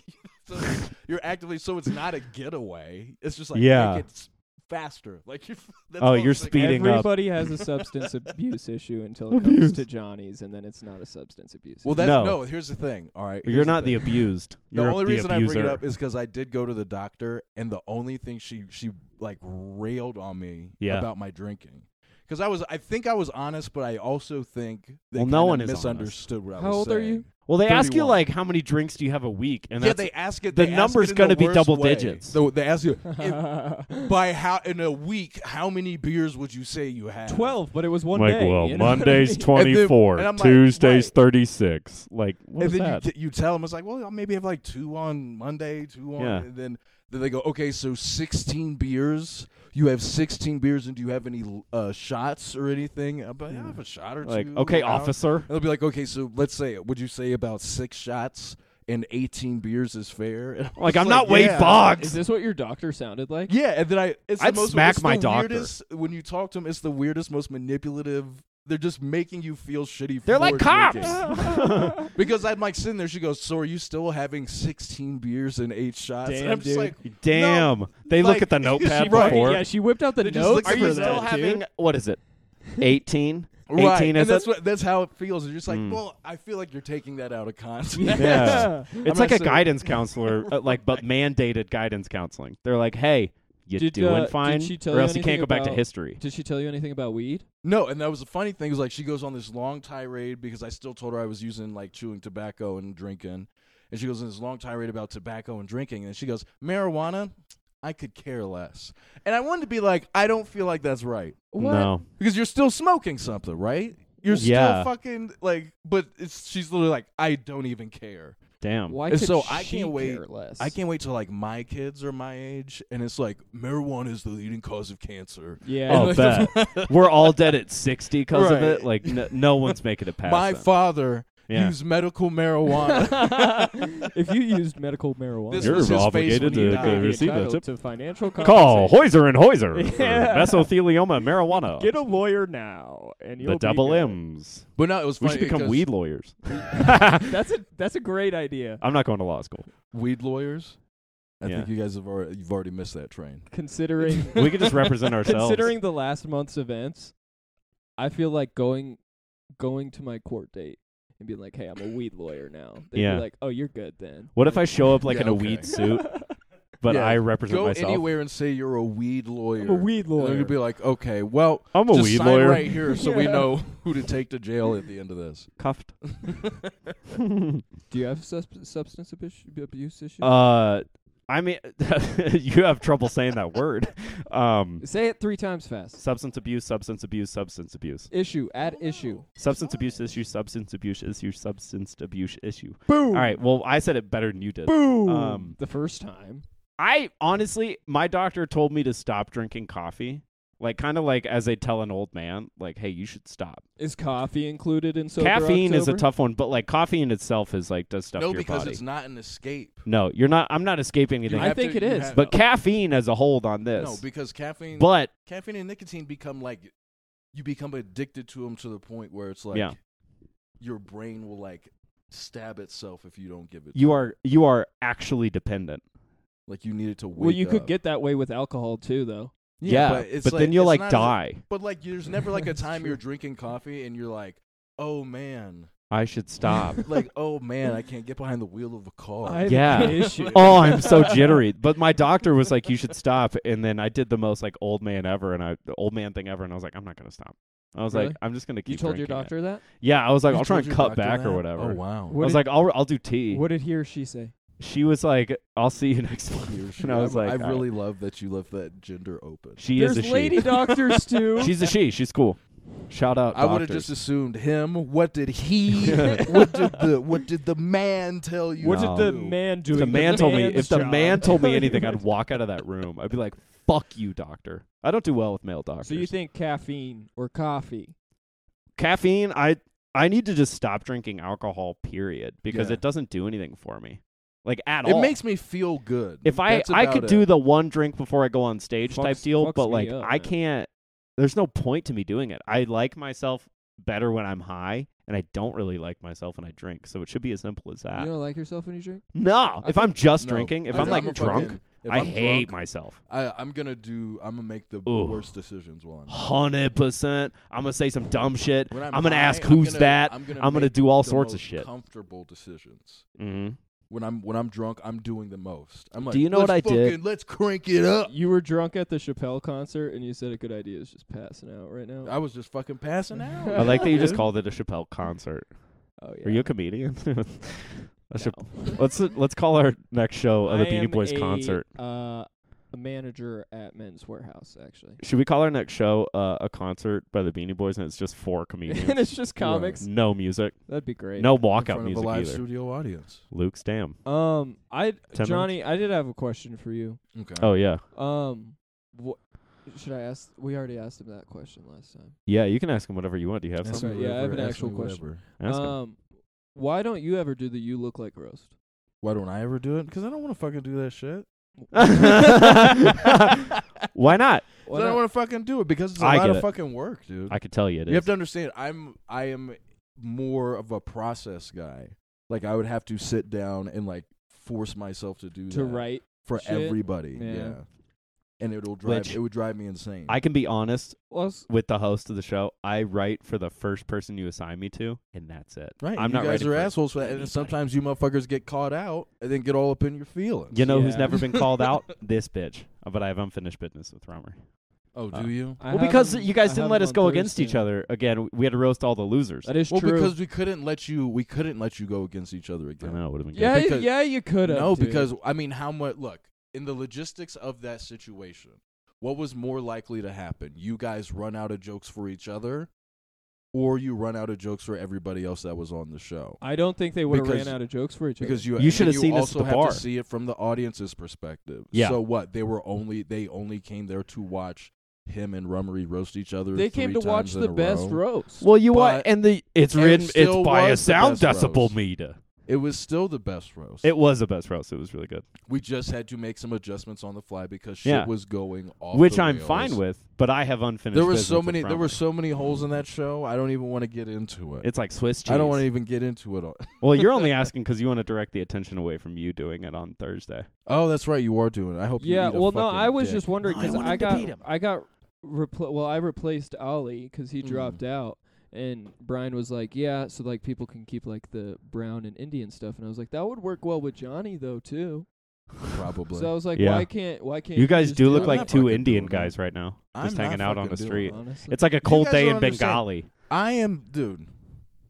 Speaker 2: so you're actively, so it's not a getaway. It's just like
Speaker 4: Yeah.
Speaker 2: it's faster. Like you're. That's
Speaker 4: Oh,
Speaker 2: all
Speaker 4: you're
Speaker 2: it's like-
Speaker 4: speeding. up.
Speaker 1: Everybody has a substance abuse issue until it comes to Johnny's, and then it's not a substance abuse.
Speaker 2: Well, that's
Speaker 4: No.
Speaker 2: no. Here's the thing. All right,
Speaker 4: You're
Speaker 2: here's
Speaker 4: not
Speaker 2: thing.
Speaker 4: the abused.
Speaker 2: The
Speaker 4: You're
Speaker 2: only
Speaker 4: the
Speaker 2: reason
Speaker 4: abuser.
Speaker 2: I bring it up is because I did go to the doctor, and the only thing she she like railed on me
Speaker 4: Yeah.
Speaker 2: about my drinking because I was I think I was honest, but I also think they
Speaker 4: Well, no
Speaker 2: kinda
Speaker 4: one is honest.
Speaker 2: misunderstood what I
Speaker 1: How
Speaker 2: was
Speaker 1: old are
Speaker 2: saying.
Speaker 1: you?
Speaker 4: well, they ask you
Speaker 2: 31.
Speaker 4: like how many drinks do you have a week, and
Speaker 2: yeah,
Speaker 4: that's
Speaker 2: they ask it.
Speaker 4: the
Speaker 2: they ask
Speaker 4: number's
Speaker 2: it in
Speaker 4: gonna
Speaker 2: the
Speaker 4: be
Speaker 2: worst
Speaker 4: double
Speaker 2: way.
Speaker 4: digits.
Speaker 2: So they ask you if- by how in a week how many beers would you say you had?
Speaker 1: Twelve, but it was one
Speaker 5: like,
Speaker 1: day.
Speaker 5: well,
Speaker 1: you know what I
Speaker 5: Monday's
Speaker 1: mean?
Speaker 2: And then-
Speaker 5: 24,
Speaker 2: and I'm like,
Speaker 5: Tuesday's
Speaker 2: right.
Speaker 5: 36. Like, what
Speaker 2: and
Speaker 5: is
Speaker 2: then
Speaker 5: that?
Speaker 2: you, you tell them it's like, well, I'll maybe have like two on Monday, two on,
Speaker 4: Yeah.
Speaker 2: and then then they go, okay, so sixteen beers. You have sixteen beers, and do you have any uh, shots or anything? I'm like, I have a shot or
Speaker 4: Hmm. like
Speaker 2: two.
Speaker 4: okay,
Speaker 2: I don't-
Speaker 4: officer.
Speaker 2: And they'll be like, okay, so let's say, would you say about six shots and eighteen beers is fair? And
Speaker 4: Like
Speaker 2: just
Speaker 4: I'm not Wade
Speaker 2: yeah.
Speaker 1: Is
Speaker 4: Boggs.
Speaker 1: this what your doctor sounded like?
Speaker 2: Yeah, and then I it's
Speaker 4: I'd
Speaker 2: the most,
Speaker 4: smack
Speaker 2: it's
Speaker 4: my
Speaker 2: the
Speaker 4: doctor.
Speaker 2: Weirdest, when you talk to them, it's the weirdest, most manipulative. They're just making you feel shitty.
Speaker 4: They're
Speaker 2: for
Speaker 4: like
Speaker 2: drinking.
Speaker 4: cops.
Speaker 2: Because I'm like sitting there, she goes, "So are you still having 16 beers and eight shots?" and
Speaker 1: Damn,
Speaker 2: I'm
Speaker 1: dude.
Speaker 2: just like,
Speaker 4: Damn. They look
Speaker 2: Like,
Speaker 4: at the
Speaker 2: she
Speaker 4: notepad
Speaker 2: wrote-
Speaker 4: before.
Speaker 1: Yeah, she whipped out the
Speaker 2: They just
Speaker 1: notes.
Speaker 2: look
Speaker 4: Are
Speaker 1: for
Speaker 4: you
Speaker 2: for
Speaker 4: still
Speaker 1: that, dude.
Speaker 4: having what is it? 18? 18
Speaker 2: "Right,"
Speaker 4: is
Speaker 2: and that's
Speaker 4: it?
Speaker 2: what that's how it feels. And you're just like,
Speaker 4: Mm.
Speaker 2: "Well, I feel like you're taking that out of context."
Speaker 4: Yeah.
Speaker 2: I'm
Speaker 4: It's like a
Speaker 2: not saying-
Speaker 4: guidance counselor, uh, like but mandated guidance counseling. They're like, "Hey, you
Speaker 1: Did, uh,
Speaker 4: doing
Speaker 1: did
Speaker 4: fine,
Speaker 1: she tell
Speaker 4: or
Speaker 1: you
Speaker 4: else you can't
Speaker 1: anything
Speaker 4: go back to
Speaker 1: about-
Speaker 4: history."
Speaker 1: Did she tell you anything about weed?
Speaker 2: No, and that was the funny thing is like she goes on this long tirade because I still told her I was using like chewing tobacco and drinking, and she goes on this long tirade about tobacco and drinking, and she goes, "Marijuana, I could care less," and I wanted to be like, "I don't feel like that's right."
Speaker 1: What?
Speaker 4: No,
Speaker 2: Because you're still smoking something, right? You're still
Speaker 4: Yeah.
Speaker 2: fucking like, but it's she's literally like, I don't even care.
Speaker 4: damn.
Speaker 1: Why
Speaker 2: And
Speaker 1: could
Speaker 2: so
Speaker 1: she
Speaker 2: I can't wait-
Speaker 1: care less?
Speaker 2: I can't wait till like my kids are my age, and it's like marijuana is the leading cause of cancer.
Speaker 1: Yeah.
Speaker 4: Oh, bet. We're all dead at 60 because of
Speaker 2: Right.
Speaker 4: it. Like no, no one's making it past.
Speaker 2: my
Speaker 4: that.
Speaker 2: father
Speaker 4: Yeah.
Speaker 2: used medical marijuana.
Speaker 1: if you used medical marijuana,
Speaker 2: This
Speaker 5: You're
Speaker 2: was his face
Speaker 5: obligated
Speaker 2: when he
Speaker 5: to
Speaker 2: died.
Speaker 5: go
Speaker 2: You'd be
Speaker 5: receive that
Speaker 1: entitled
Speaker 5: tip.
Speaker 1: to financial
Speaker 5: Call
Speaker 1: compensation.
Speaker 5: Hoiser and Hoiser. for
Speaker 1: Yeah.
Speaker 5: Mesothelioma and marijuana.
Speaker 1: Get a lawyer now, and you'll
Speaker 5: the
Speaker 1: be
Speaker 5: double
Speaker 1: good.
Speaker 5: M's.
Speaker 2: but no, it was
Speaker 5: We
Speaker 2: funny
Speaker 5: should become
Speaker 2: 'cause
Speaker 5: weed lawyers.
Speaker 1: That's a that's a great idea.
Speaker 5: I'm not going to law school.
Speaker 2: weed lawyers. I
Speaker 5: Yeah.
Speaker 2: think you guys have already you've already missed that train.
Speaker 1: Considering
Speaker 5: We could just represent ourselves.
Speaker 1: considering the last month's events, I feel like going going to my court date and being like, "Hey, I'm a weed lawyer now." They'd
Speaker 5: Yeah.
Speaker 1: be like, "Oh, you're good then."
Speaker 5: What if I show up like
Speaker 2: Yeah,
Speaker 5: in a
Speaker 2: okay.
Speaker 5: weed suit, but
Speaker 2: Yeah.
Speaker 5: I represent
Speaker 2: Go
Speaker 5: myself?
Speaker 2: anywhere and say you're a weed lawyer.
Speaker 1: I'm a weed
Speaker 2: And they're
Speaker 1: lawyer.
Speaker 2: gonna be like, okay, well,
Speaker 5: I'm a
Speaker 2: just
Speaker 5: weed
Speaker 2: sign
Speaker 5: lawyer.
Speaker 2: right here, so we
Speaker 1: Yeah.
Speaker 2: know who to take to jail at the end of this.
Speaker 4: cuffed.
Speaker 1: Do you have sus- substance abuse, abuse issues?
Speaker 4: Uh, I mean, you have trouble saying that word. Um,
Speaker 1: Say it three times fast.
Speaker 4: substance abuse, substance abuse, substance abuse.
Speaker 1: Issue at issue.
Speaker 4: Substance abuse issue, substance abuse issue, substance abuse issue.
Speaker 1: Boom.
Speaker 4: All right. Well, I said it better than you did.
Speaker 1: Boom.
Speaker 4: Um,
Speaker 1: the first time.
Speaker 4: I honestly, my doctor told me to stop drinking coffee. Like, kind of like as they tell an old man, like, hey, you should stop.
Speaker 1: Is coffee included in sober
Speaker 4: Caffeine is a
Speaker 1: October?
Speaker 4: tough one, but like, coffee in itself is like, does stuff
Speaker 2: no,
Speaker 4: to your
Speaker 2: because
Speaker 4: body.
Speaker 2: it's not an escape.
Speaker 4: no, you're not. I'm not escaping
Speaker 2: You
Speaker 4: anything.
Speaker 1: I
Speaker 2: have
Speaker 1: think
Speaker 2: to-
Speaker 1: it
Speaker 2: you
Speaker 1: is,
Speaker 2: have-
Speaker 4: but caffeine as a hold on this.
Speaker 2: no, because caffeine,
Speaker 4: but
Speaker 2: caffeine and nicotine become like you become addicted to them to the point where it's like
Speaker 4: Yeah.
Speaker 2: your brain will like stab itself if you don't give it.
Speaker 4: you
Speaker 2: to
Speaker 4: are you are actually dependent.
Speaker 2: it. like you need it to. Wake
Speaker 1: Well, you could
Speaker 2: up.
Speaker 1: get that way with alcohol too, though.
Speaker 4: Yeah,
Speaker 2: but it's like-
Speaker 4: then you'll like
Speaker 2: it's not as-
Speaker 4: die.
Speaker 2: But like, there's never like a
Speaker 1: That's
Speaker 2: time
Speaker 1: true.
Speaker 2: you're drinking coffee and you're like, oh man,
Speaker 4: I should stop.
Speaker 2: like oh man, I can't get behind the wheel of a
Speaker 4: Oh.
Speaker 2: car.
Speaker 1: I have
Speaker 4: Yeah.
Speaker 1: an issue.
Speaker 4: oh, I'm so jittery. But my doctor was like, "You should stop." And then I did the most like old man ever, and I the old man thing ever, and I was like, "I'm not gonna stop." I was like,
Speaker 1: Really?
Speaker 4: "I'm just gonna keep."
Speaker 1: You told your
Speaker 4: drinking it."
Speaker 1: doctor that?
Speaker 4: Yeah, I was like,
Speaker 2: You
Speaker 4: "I'll try and
Speaker 2: told your
Speaker 4: cut
Speaker 2: doctor
Speaker 4: back or
Speaker 2: that?
Speaker 4: whatever."
Speaker 2: Oh wow.
Speaker 4: I
Speaker 1: What
Speaker 4: was
Speaker 1: did-
Speaker 4: like, "I'll I'll do tea."
Speaker 1: What did he or she say?
Speaker 4: She was like, "I'll see you next month," and I was like,
Speaker 2: I
Speaker 4: "All right."
Speaker 2: really love that you left that gender open.
Speaker 4: She
Speaker 1: There's
Speaker 4: is a
Speaker 1: lady
Speaker 4: she.
Speaker 1: doctors too.
Speaker 4: She's a she. She's cool. Shout out.
Speaker 2: I would have
Speaker 4: doctors.
Speaker 2: just assumed him. What did he? what did the What did the man tell you?
Speaker 4: What
Speaker 2: to
Speaker 4: did
Speaker 2: do?
Speaker 4: the
Speaker 1: do?
Speaker 4: If the man told me if the man told me anything, I'd walk out of that room. I'd be like, "Fuck you, doctor." I don't do well with male doctors.
Speaker 1: So you think caffeine or coffee?
Speaker 4: caffeine? I I need to just stop drinking alcohol. Period, because
Speaker 2: Yeah.
Speaker 4: it doesn't do anything for me, like at
Speaker 2: It
Speaker 4: all.
Speaker 2: makes me feel good.
Speaker 4: Oh. if I
Speaker 2: That's
Speaker 4: I
Speaker 2: about
Speaker 4: could
Speaker 2: it.
Speaker 4: do the one drink before I go on stage type
Speaker 1: Fucks-
Speaker 4: deal,
Speaker 1: fucks
Speaker 4: but
Speaker 1: me
Speaker 4: like
Speaker 1: up,
Speaker 4: I
Speaker 1: man.
Speaker 4: can't. There's no point to me doing it. I like myself better when I'm high, and I don't really like myself when I drink. So it should be as simple as that.
Speaker 1: You don't like yourself when you drink?
Speaker 4: no,
Speaker 2: I
Speaker 4: if I'm just
Speaker 2: No.
Speaker 4: drinking, if
Speaker 2: I-
Speaker 4: I'm like
Speaker 2: a
Speaker 4: drunk,
Speaker 2: fucking- if
Speaker 4: I
Speaker 2: I'm
Speaker 4: hate
Speaker 2: drunk,
Speaker 4: myself.
Speaker 2: I, I'm gonna do. I'm gonna make the
Speaker 4: Ooh.
Speaker 2: worst decisions while I'm.
Speaker 4: Hundred percent. I'm gonna say some dumb shit.
Speaker 2: When
Speaker 4: I'm, gonna
Speaker 2: high,
Speaker 4: ask
Speaker 2: I'm
Speaker 4: who's
Speaker 2: gonna-
Speaker 4: that.
Speaker 2: I'm gonna,
Speaker 4: I'm gonna
Speaker 2: make
Speaker 4: do all
Speaker 2: the
Speaker 4: sorts of
Speaker 2: most
Speaker 4: shit.
Speaker 2: Comfortable decisions.
Speaker 1: Mm-hmm.
Speaker 4: Mhm.
Speaker 2: When I'm when I'm drunk, I'm doing the most. I'm like,
Speaker 4: you know what
Speaker 2: "Let's
Speaker 4: I did?"
Speaker 2: fucking- Let's crank it
Speaker 4: Uh.
Speaker 2: up.
Speaker 1: You were drunk at the Chappelle concert, and you said a good idea is just passing out right now.
Speaker 2: I was just fucking passing out.
Speaker 4: I like that you just called it a Chappelle concert.
Speaker 1: oh yeah.
Speaker 4: Are you a comedian? A Chap- let's let's call our next show uh, the
Speaker 1: I am
Speaker 4: Beanie Boys
Speaker 1: a,
Speaker 4: concert.
Speaker 1: Uh, a manager at Men's Warehouse, actually.
Speaker 4: Should we call our next show uh, a concert by the Beanie Boys and it's just four comedians?
Speaker 1: and it's just comics.
Speaker 4: no music,
Speaker 1: That'd be great.
Speaker 4: no
Speaker 2: in front
Speaker 4: walkout
Speaker 2: of
Speaker 4: music
Speaker 2: a live
Speaker 4: either.
Speaker 2: studio audience.
Speaker 4: Luke's damn.
Speaker 1: Um, I
Speaker 4: Ten
Speaker 1: Johnny, I did have a question for you.
Speaker 2: Okay.
Speaker 4: Oh yeah,
Speaker 1: Um, wh- should I ask? We already asked him that question last time.
Speaker 4: yeah. You can ask him whatever you want. Do you have
Speaker 2: Ask
Speaker 4: some?
Speaker 1: That's
Speaker 2: me
Speaker 1: right, yeah, I have
Speaker 2: whatever,
Speaker 1: an
Speaker 2: ask
Speaker 1: actual
Speaker 2: me
Speaker 1: question.
Speaker 2: whatever.
Speaker 4: Ask him.
Speaker 1: um, why don't you ever do the "you look like" roast?
Speaker 2: Why don't I ever do it? Because I don't want to fucking do that shit.
Speaker 1: Uh,
Speaker 4: Why not?
Speaker 1: Why
Speaker 2: 'Cause I
Speaker 1: not?
Speaker 2: don't want to fucking do it because it's a
Speaker 4: I
Speaker 2: lot
Speaker 4: get
Speaker 2: of
Speaker 4: it.
Speaker 2: fucking work, dude.
Speaker 4: I could tell you it is.
Speaker 2: you have to understand. I'm I am more of a process guy. Like I would have to sit down and like force myself to do
Speaker 1: to
Speaker 2: that
Speaker 1: write.
Speaker 2: for
Speaker 1: shit?
Speaker 2: everybody.
Speaker 1: Yeah.
Speaker 2: Yeah. And it'll drive
Speaker 4: Which-
Speaker 2: it would drive me insane.
Speaker 4: I can be honest
Speaker 1: Well, s-
Speaker 4: with the host of the show. I write for the first person you assign me to, and that's it.
Speaker 2: right.
Speaker 4: I'm
Speaker 2: you
Speaker 4: not
Speaker 2: guys
Speaker 4: writing
Speaker 2: are
Speaker 4: for
Speaker 2: assholes for that. And
Speaker 4: anybody.
Speaker 2: sometimes you motherfuckers get caught out and then get all up in your feelings.
Speaker 4: You know who's
Speaker 1: Yeah.
Speaker 4: never been called out? this bitch. But I have unfinished business with Romer.
Speaker 2: Oh,
Speaker 4: Uh,
Speaker 2: do you?
Speaker 1: I
Speaker 4: Well,
Speaker 1: have
Speaker 4: because
Speaker 1: him-
Speaker 4: you guys
Speaker 1: I
Speaker 4: didn't
Speaker 1: have
Speaker 4: let
Speaker 1: him
Speaker 4: us
Speaker 1: on
Speaker 4: go against each
Speaker 1: Thursday.
Speaker 4: other again. We had to roast all the losers.
Speaker 1: That is
Speaker 2: Well,
Speaker 1: true.
Speaker 2: because we couldn't let you we couldn't let you go against each other
Speaker 4: I
Speaker 2: again.
Speaker 4: don't know. It would have been good.
Speaker 1: yeah, you-
Speaker 2: because-
Speaker 1: yeah, you could have.
Speaker 2: No, because I mean, how much? Look, in the logistics of that situation, what was more likely to happen? You guys run out of jokes for each other, or you run out of jokes for everybody else that was on the show?
Speaker 1: I don't think they would have
Speaker 2: because-
Speaker 1: ran out of jokes for each other.
Speaker 2: Because you,
Speaker 4: You should
Speaker 2: and
Speaker 4: have seen us at
Speaker 2: also
Speaker 4: the
Speaker 2: have
Speaker 4: bar.
Speaker 2: to see it from the audience's perspective.
Speaker 4: Yeah.
Speaker 2: So what? They were only they only came there to watch him and Rummery roast each other.
Speaker 1: they came to
Speaker 2: three
Speaker 1: watch
Speaker 2: times in
Speaker 1: the
Speaker 2: a
Speaker 1: best
Speaker 2: row.
Speaker 1: roast.
Speaker 4: Well, you are,
Speaker 2: But-
Speaker 4: and the it's
Speaker 2: and
Speaker 4: written it's
Speaker 2: still
Speaker 4: by a
Speaker 2: was the
Speaker 4: sound
Speaker 2: best
Speaker 4: decibel
Speaker 2: roast.
Speaker 4: meter.
Speaker 2: It was still the best roast.
Speaker 4: It was the best roast. It was really good,
Speaker 2: we just had to make some adjustments on the fly because shit
Speaker 4: Yeah.
Speaker 2: was going off.
Speaker 4: which
Speaker 2: the
Speaker 4: I'm
Speaker 2: rails.
Speaker 4: fine with. But I have unfinished.
Speaker 2: There were
Speaker 4: business
Speaker 2: so
Speaker 4: with
Speaker 2: many. There
Speaker 4: Romer.
Speaker 2: were so many holes in that show. I don't even want to get into it.
Speaker 4: It's like Swiss cheese.
Speaker 2: I don't want to even get into it. all-
Speaker 4: Well, you're only asking because you want to direct the attention away from you doing it on Thursday.
Speaker 2: Oh, that's right. You are doing. it. I hope. you
Speaker 1: yeah.
Speaker 2: eat a
Speaker 1: Well, no,
Speaker 2: fucking
Speaker 1: I was
Speaker 2: dick.
Speaker 1: just wondering
Speaker 4: No, I
Speaker 1: because
Speaker 4: want
Speaker 1: I,
Speaker 4: him to beat
Speaker 1: got
Speaker 4: him.
Speaker 1: I got repl- well, I replaced Ollie because he
Speaker 2: Mm.
Speaker 1: dropped out, and Brian was like, "Yeah, so like people can keep like the brown and Indian stuff," and I was like, "That would work well with Johnny though too."
Speaker 2: probably.
Speaker 1: So I was like,
Speaker 4: Yeah.
Speaker 1: "Why can't why can't
Speaker 4: You guys
Speaker 1: just
Speaker 4: do look
Speaker 1: it?"
Speaker 2: I'm
Speaker 4: like
Speaker 2: not
Speaker 4: two
Speaker 2: fucking
Speaker 4: Indian
Speaker 2: doing it.
Speaker 4: guys right now,
Speaker 2: I'm
Speaker 4: just
Speaker 2: not
Speaker 4: hanging out on
Speaker 2: fucking
Speaker 4: the
Speaker 2: doing
Speaker 4: street.
Speaker 2: it.
Speaker 1: Honestly.
Speaker 4: It's like a cold
Speaker 2: guys
Speaker 4: day
Speaker 2: don't
Speaker 4: in
Speaker 2: understand.
Speaker 4: Bengali.
Speaker 2: I am, dude.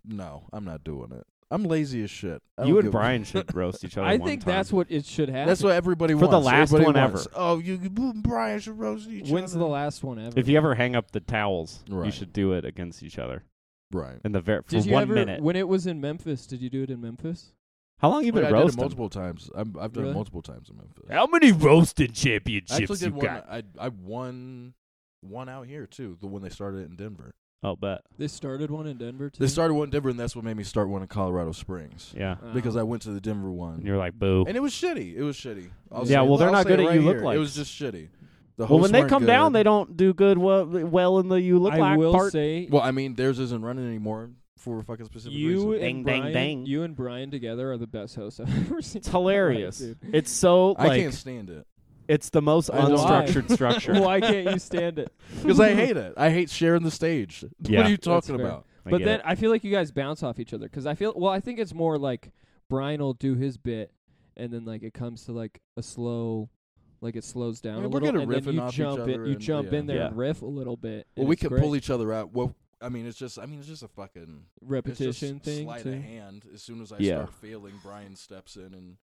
Speaker 2: No, I'm not doing it. I'm lazy as shit. I
Speaker 4: You and
Speaker 2: don't give a-
Speaker 4: Brian should roast each other.
Speaker 1: I
Speaker 4: one
Speaker 1: think
Speaker 4: time.
Speaker 1: that's what it should happen.
Speaker 2: That's what everybody
Speaker 4: For the
Speaker 2: wants.
Speaker 4: last
Speaker 2: Everybody
Speaker 4: one
Speaker 2: wants,
Speaker 4: ever.
Speaker 2: Oh, you, you and Brian should roast each other.
Speaker 1: When's the last one ever?
Speaker 4: If you ever hang up the towels, you
Speaker 2: Right.
Speaker 4: should do it against each other
Speaker 2: Brian?
Speaker 4: in the ver- for
Speaker 1: did you
Speaker 4: one
Speaker 1: ever
Speaker 4: minute.
Speaker 1: when it was in Memphis? Did you do it in Memphis?
Speaker 4: How long you
Speaker 2: Wait,
Speaker 4: been
Speaker 2: I did it
Speaker 4: roasting?
Speaker 2: multiple times. I'm, I've done
Speaker 1: Really?
Speaker 2: it multiple times in Memphis.
Speaker 4: How many roasting
Speaker 2: I actually
Speaker 4: championships
Speaker 2: did
Speaker 4: you
Speaker 2: one.
Speaker 4: got?
Speaker 2: I I won one out here too. The one they started in Denver.
Speaker 4: I'll bet.
Speaker 1: They started one in Denver too.
Speaker 2: They started one in Denver, and that's what made me start one in Colorado Springs
Speaker 4: Yeah.
Speaker 1: Wow.
Speaker 2: because I went to the Denver
Speaker 4: And
Speaker 2: one,
Speaker 4: you're like, boo.
Speaker 2: um, and it was shitty. It was shitty. I'll
Speaker 4: Yeah,
Speaker 2: say-
Speaker 4: well, they're
Speaker 2: I'll
Speaker 4: not
Speaker 2: say it
Speaker 4: good at
Speaker 2: right
Speaker 4: you
Speaker 2: here.
Speaker 4: look-likes.
Speaker 2: It was just shitty. The
Speaker 4: Well, when
Speaker 2: hosts
Speaker 4: they
Speaker 2: weren't
Speaker 4: come down,
Speaker 2: good.
Speaker 4: they don't do good. Well, well in the you look
Speaker 1: I
Speaker 4: like
Speaker 1: will
Speaker 4: part.
Speaker 1: say
Speaker 2: Well, I mean, theirs isn't running anymore for a fucking specific
Speaker 1: you
Speaker 2: reason.
Speaker 1: and
Speaker 4: Ding, dang,
Speaker 1: Brian,
Speaker 4: dang.
Speaker 1: you and Brian together are the best hosts I've ever seen.
Speaker 4: it's hilarious.
Speaker 1: Right,
Speaker 4: it's so
Speaker 2: I
Speaker 4: like
Speaker 2: can't stand it
Speaker 4: it's the most
Speaker 2: I don't-
Speaker 4: unstructured
Speaker 1: Why?
Speaker 4: structure.
Speaker 1: Why can't you stand it?
Speaker 2: because I hate it. I hate sharing the stage.
Speaker 4: Yeah.
Speaker 2: what are you
Speaker 4: That's
Speaker 2: talking
Speaker 1: fair.
Speaker 2: about?
Speaker 4: I
Speaker 1: but
Speaker 4: get
Speaker 1: then
Speaker 4: it.
Speaker 1: I feel like you guys bounce off each other because I feel well. I think it's more like Brian will do his bit, and then like it comes to like a slow, like it slows down
Speaker 2: Yeah,
Speaker 1: a
Speaker 2: we're
Speaker 1: little,
Speaker 2: good at
Speaker 1: and then
Speaker 2: riffing
Speaker 1: you
Speaker 2: off each
Speaker 1: jump in,
Speaker 2: other
Speaker 1: you
Speaker 2: and-
Speaker 1: jump
Speaker 2: yeah.
Speaker 1: in there
Speaker 4: Yeah.
Speaker 1: and riff a little bit.
Speaker 2: Well,
Speaker 1: and
Speaker 2: we
Speaker 1: it's
Speaker 2: can
Speaker 1: great.
Speaker 2: pull each other out. Well, I mean, it's just. I mean, it's just a fucking.
Speaker 1: repetition
Speaker 2: it's just
Speaker 1: thing
Speaker 2: Sleight
Speaker 1: too.
Speaker 2: of hand. As soon as I
Speaker 4: Yeah.
Speaker 2: start failing, Brian steps in, and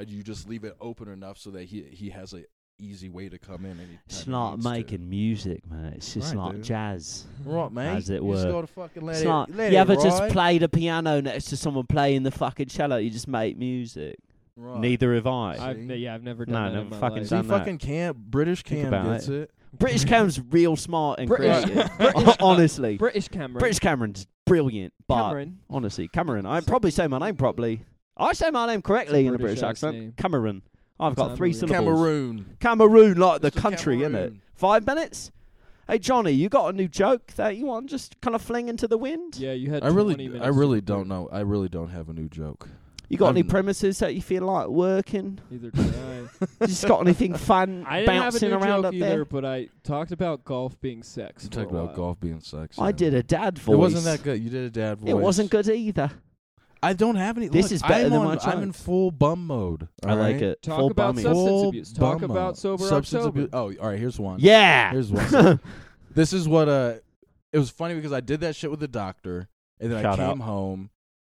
Speaker 2: uh, you just leave it open enough so that he he has a easy way to come in. Anytime
Speaker 3: It's
Speaker 2: he
Speaker 3: not
Speaker 2: needs to.
Speaker 3: making music, man. It's just
Speaker 2: Right,
Speaker 3: like
Speaker 2: dude.
Speaker 3: jazz.
Speaker 2: Right, mate.
Speaker 3: as it
Speaker 2: You just
Speaker 3: were.
Speaker 2: gotta fucking let
Speaker 3: it's
Speaker 2: it,
Speaker 3: not.
Speaker 2: let
Speaker 3: you
Speaker 2: it
Speaker 3: ever just
Speaker 2: ride.
Speaker 3: played a piano next to someone playing the fucking cello? You just make music.
Speaker 2: Right.
Speaker 5: Neither have I.
Speaker 1: I've,
Speaker 2: See?
Speaker 1: yeah, I've never done
Speaker 5: No,
Speaker 1: that.
Speaker 5: never
Speaker 1: in my
Speaker 5: fucking
Speaker 1: life.
Speaker 2: See,
Speaker 5: done that.
Speaker 2: fucking Cam, British
Speaker 5: Think
Speaker 2: Cam
Speaker 5: about
Speaker 2: gets it.
Speaker 3: British Cam's real smart and
Speaker 1: British-
Speaker 3: creative.
Speaker 1: British-
Speaker 3: honestly,
Speaker 1: British Cameron.
Speaker 3: British Cameron's brilliant, but
Speaker 1: Cameron.
Speaker 3: honestly, Cameron, I probably say my name properly. I say my name correctly
Speaker 1: It's a
Speaker 3: in a
Speaker 1: British
Speaker 3: British
Speaker 1: ass
Speaker 3: accent.
Speaker 1: name.
Speaker 3: Cameron. I've got three
Speaker 1: Cameroon.
Speaker 3: syllables.
Speaker 2: Cameroon.
Speaker 3: Cameroon, like
Speaker 2: It's
Speaker 3: the
Speaker 2: the
Speaker 3: country, innit?
Speaker 2: Cameroon.
Speaker 3: Five minutes. Hey Johnny, you got a new joke that you want just kind of fling into the wind?
Speaker 1: Yeah, you had.
Speaker 2: I really,
Speaker 1: 20
Speaker 2: I really don't know. I really don't have a new joke.
Speaker 3: You got any
Speaker 2: I'm-
Speaker 3: premises that you feel like working?
Speaker 1: Either did I.
Speaker 3: You just got anything fun
Speaker 1: I didn't have a
Speaker 3: bouncing
Speaker 1: new
Speaker 3: around
Speaker 1: joke
Speaker 3: up
Speaker 1: either,
Speaker 3: there?
Speaker 1: but I talked about golf being sex.
Speaker 2: You
Speaker 1: for a
Speaker 2: talked about
Speaker 1: while.
Speaker 2: golf being sex.
Speaker 3: I
Speaker 2: yeah.
Speaker 3: did a dad voice.
Speaker 2: It wasn't that good. You did a dad voice.
Speaker 3: It wasn't good either.
Speaker 2: I don't have any.
Speaker 3: This
Speaker 2: look,
Speaker 3: is better
Speaker 2: I'm
Speaker 3: than
Speaker 2: on,
Speaker 3: my
Speaker 2: I'm in
Speaker 3: jokes.
Speaker 2: full bum mode.
Speaker 3: I like
Speaker 2: alright?
Speaker 3: it.
Speaker 1: Talk
Speaker 3: Full
Speaker 1: about
Speaker 3: bummy.
Speaker 1: substance
Speaker 2: Full
Speaker 1: abuse. Talk
Speaker 2: bum
Speaker 1: about
Speaker 2: mode.
Speaker 1: sober
Speaker 2: Substance
Speaker 1: October.
Speaker 2: abuse. Oh, all right. Here's one.
Speaker 3: Yeah.
Speaker 2: Here's one. this is what uh it was funny because I did that shit with the doctor and then
Speaker 5: Shout
Speaker 2: I
Speaker 5: out.
Speaker 2: came home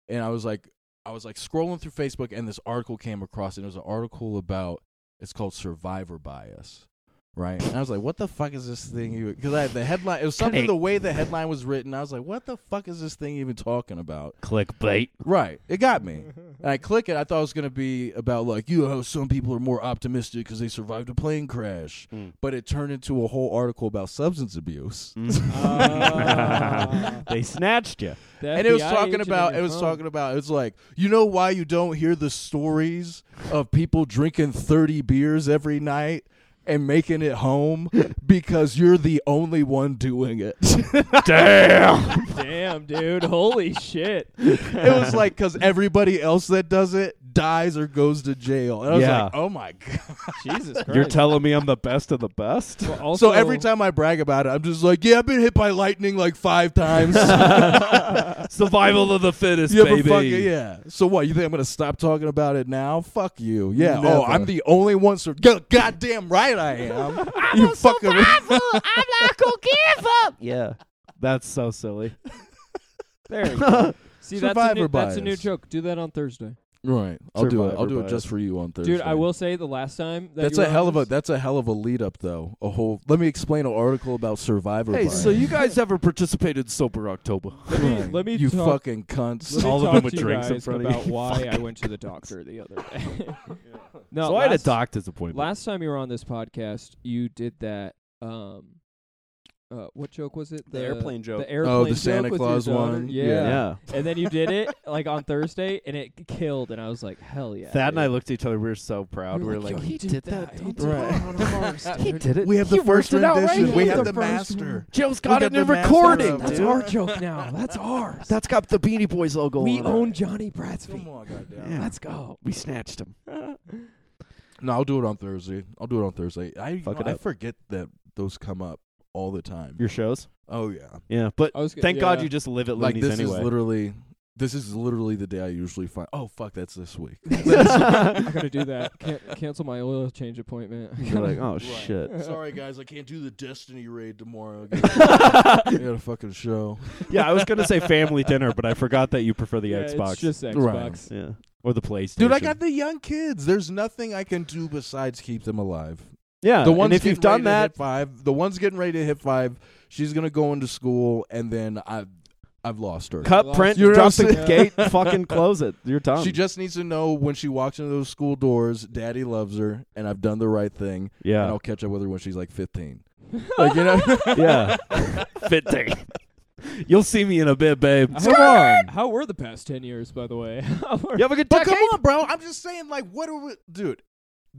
Speaker 2: and I was like I was like scrolling through Facebook and this article came across and it was an article about it's called survivor bias. Right? And I was like, what the fuck is this thing you cuz I had the headline it was something the way the headline was written. I was like, what the fuck is this thing even talking about?
Speaker 5: Clickbait.
Speaker 2: Right. It got me. And I click it. I thought it was going to be about, like, you know, how some people are more optimistic because they survived a plane crash.
Speaker 5: Mm.
Speaker 2: But it turned into a whole article about substance abuse.
Speaker 1: Mm. Ah.
Speaker 5: they snatched you.
Speaker 1: The
Speaker 2: and it was
Speaker 1: FBI
Speaker 2: talking
Speaker 1: agent in
Speaker 2: about
Speaker 1: your
Speaker 2: it was
Speaker 1: phone.
Speaker 2: talking about it was like you know why you don't hear the stories of people drinking 30 beers every night and making it home because you're the only one doing it
Speaker 5: Damn.
Speaker 1: Damn, dude! Holy shit!
Speaker 2: it was like because everybody else that does it dies or goes to jail and i was
Speaker 5: Yeah.
Speaker 2: like oh my god
Speaker 1: Jesus Christ!
Speaker 5: You're telling me I'm the best of the best?
Speaker 1: Well, also,
Speaker 2: so every time i brag about it i'm just like yeah i've been hit by lightning like five times
Speaker 5: Survival of the fittest,
Speaker 2: Yeah, but
Speaker 5: baby.
Speaker 2: fuck it, yeah. So what? You think I'm gonna stop talking about it now? Fuck you. Yeah.
Speaker 5: Never.
Speaker 2: Oh, I'm the only one. Sur- Go- goddamn right, I am. you fucking.
Speaker 3: I'm not gonna give up. Yeah.
Speaker 5: That's so silly.
Speaker 1: there. you go. See, that's a,
Speaker 2: Survivor
Speaker 1: new, that's a new
Speaker 2: bias.
Speaker 1: joke. Do that on Thursday,
Speaker 2: right. I'll do it. I'll
Speaker 5: Survivor
Speaker 2: do it
Speaker 5: bias.
Speaker 2: just for you on Thursday,
Speaker 1: dude. I will say the last time that
Speaker 2: That's
Speaker 1: you were
Speaker 2: a hell
Speaker 1: on
Speaker 2: of a.
Speaker 1: this-
Speaker 2: That's a hell of a lead up, though. A whole. Let me explain an article about Survivor.
Speaker 5: Hey,
Speaker 2: bias.
Speaker 5: so you guys ever participated in Sober October?
Speaker 1: Let me,
Speaker 2: Right.
Speaker 1: let me
Speaker 2: You
Speaker 1: talk,
Speaker 2: fucking cunts.
Speaker 1: let me
Speaker 5: all of
Speaker 1: talk
Speaker 5: them with
Speaker 1: to you
Speaker 5: drinks in
Speaker 1: guys
Speaker 5: front of you.
Speaker 1: about why I went to the doctor the other day. no,
Speaker 5: so I had a
Speaker 1: last-
Speaker 5: doctor's appointment.
Speaker 1: Last time you were on this podcast, you did that. Um, uh, what joke was it?
Speaker 3: The airplane joke.
Speaker 1: The airplane. joke
Speaker 2: Oh, Santa
Speaker 1: with your
Speaker 2: Claus
Speaker 1: daughter.
Speaker 2: one?
Speaker 1: Yeah.
Speaker 2: Yeah.
Speaker 5: yeah.
Speaker 1: and then you did it like on Thursday, and it killed. And I was like, hell yeah.
Speaker 5: Thad and I
Speaker 1: dude.
Speaker 5: looked at each other. We were so proud. We
Speaker 1: We
Speaker 5: were
Speaker 1: were
Speaker 5: like,
Speaker 1: like, "Yo,
Speaker 5: he, did that.
Speaker 1: He
Speaker 5: He
Speaker 1: did that.
Speaker 5: He did it.
Speaker 2: We have the
Speaker 5: He
Speaker 2: first
Speaker 5: worked it out right.
Speaker 2: rendition.
Speaker 5: He
Speaker 2: we
Speaker 5: did
Speaker 2: have
Speaker 5: the
Speaker 2: the
Speaker 5: first
Speaker 2: master.
Speaker 5: Joe's
Speaker 2: We
Speaker 5: got
Speaker 2: got
Speaker 5: it
Speaker 2: the
Speaker 5: in
Speaker 2: master
Speaker 5: recording.
Speaker 2: of it.
Speaker 5: dude.
Speaker 1: That's our joke now. That's ours.
Speaker 5: That's got the Beanie Boys logo
Speaker 1: we
Speaker 5: on
Speaker 1: own
Speaker 5: it.
Speaker 1: Johnny Bratsby.
Speaker 2: on, goddamn.
Speaker 5: Yeah.
Speaker 1: Let's go.
Speaker 5: We snatched him.
Speaker 2: No, I'll do it on Thursday. I'll do it on Thursday. I you
Speaker 5: Fuck
Speaker 2: know,
Speaker 5: it
Speaker 2: I
Speaker 5: up.
Speaker 2: forget that those come up all the time.
Speaker 5: Your shows?
Speaker 2: oh yeah.
Speaker 5: Yeah, but
Speaker 1: I was g-
Speaker 5: thank God
Speaker 1: yeah.
Speaker 5: you just live at
Speaker 2: like
Speaker 5: Looney's
Speaker 2: this
Speaker 5: anyway.
Speaker 2: is literally this is literally the day I usually find. Oh fuck, that's this week.
Speaker 3: Oh,
Speaker 1: I gotta do that. Can- cancel my oil change appointment.
Speaker 5: You're like, oh shit.
Speaker 2: Sorry guys, I can't do the Destiny raid tomorrow. I got a fucking show.
Speaker 5: Yeah, I was gonna say family dinner, but I forgot that you prefer the
Speaker 1: Yeah,
Speaker 5: Xbox.
Speaker 1: It's just Xbox.
Speaker 2: Right.
Speaker 5: yeah, or the PlayStation.
Speaker 2: Dude, I got the young kids. There's nothing I can do besides keep them alive.
Speaker 5: yeah.
Speaker 2: the ones
Speaker 5: and if you've done
Speaker 2: getting ready to hit
Speaker 5: that,
Speaker 2: five. The one's getting ready to hit five. She's gonna go into school, and then I've I've lost her.
Speaker 5: cut,
Speaker 1: Lost
Speaker 5: print,
Speaker 2: you.
Speaker 5: drop
Speaker 2: You know
Speaker 5: the
Speaker 1: what I'm saying?
Speaker 5: gate, fucking close it. You're done.
Speaker 2: She just needs to know when she walks into those school doors, daddy loves her, and I've done the right thing, and
Speaker 5: yeah,
Speaker 2: I'll catch up with her when she's like 15. Like, you know?
Speaker 5: yeah. Fit day. You'll see me in a bit, babe.
Speaker 1: Come on. How were the past ten years, by the way? How were-
Speaker 5: You have a good
Speaker 2: but
Speaker 5: decade.
Speaker 2: come on, bro. I'm just saying, like, what are we. Dude,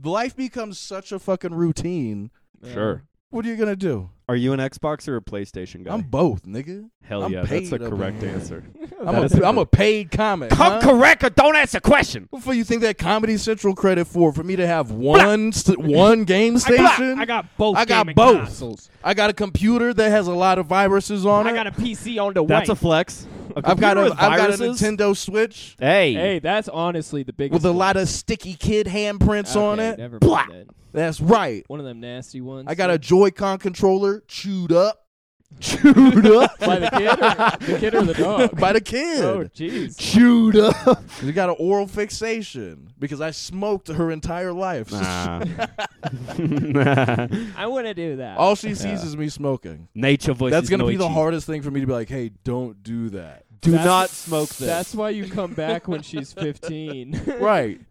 Speaker 2: life becomes such a fucking routine.
Speaker 1: Yeah.
Speaker 5: Sure.
Speaker 2: What are you going to do?
Speaker 5: Are you an Xbox or a PlayStation guy?
Speaker 2: I'm both, nigga.
Speaker 5: Hell
Speaker 2: I'm
Speaker 5: yeah, that's a
Speaker 2: paid up
Speaker 5: correct
Speaker 2: in here.
Speaker 5: answer.
Speaker 2: I'm
Speaker 5: That
Speaker 2: a,
Speaker 5: is a
Speaker 2: I'm
Speaker 5: good-
Speaker 2: a paid comic. huh?
Speaker 5: Come correct or don't ask a question.
Speaker 2: What for you think that Comedy Central credit for? For me to have one st- one game station?
Speaker 1: got both.
Speaker 2: I got
Speaker 1: gaming
Speaker 2: both.
Speaker 1: consoles.
Speaker 2: I got a computer that has a lot of viruses on it.
Speaker 1: a PC on the
Speaker 5: That's a flex. A
Speaker 2: I've got
Speaker 5: computer
Speaker 2: a,
Speaker 5: with
Speaker 2: I've got a
Speaker 5: viruses?
Speaker 2: Nintendo Switch.
Speaker 5: Hey,
Speaker 1: Hey, that's honestly the biggest.
Speaker 2: with a lot of sticky kid handprints
Speaker 1: okay,
Speaker 2: on it.
Speaker 1: Never
Speaker 2: Blah.
Speaker 1: mind then.
Speaker 2: That's right.
Speaker 1: One of them nasty ones.
Speaker 2: I got a Joy-Con controller chewed up.
Speaker 3: Chewed up
Speaker 1: By the kid or the kid or the dog?
Speaker 2: by the kid.
Speaker 1: Oh, jeez.
Speaker 3: Chewed up.
Speaker 2: She got an oral fixation because I smoked her entire life.
Speaker 4: Nah.
Speaker 1: I want to do that.
Speaker 2: All she sees is me smoking.
Speaker 3: Nature voice.
Speaker 2: That's
Speaker 3: is
Speaker 2: gonna be the
Speaker 3: noisy.
Speaker 2: hardest thing for me to be like, "Hey, don't do that."
Speaker 3: Do
Speaker 1: That's-
Speaker 3: not smoke this.
Speaker 1: That's why you come back when she's 15.
Speaker 2: Right.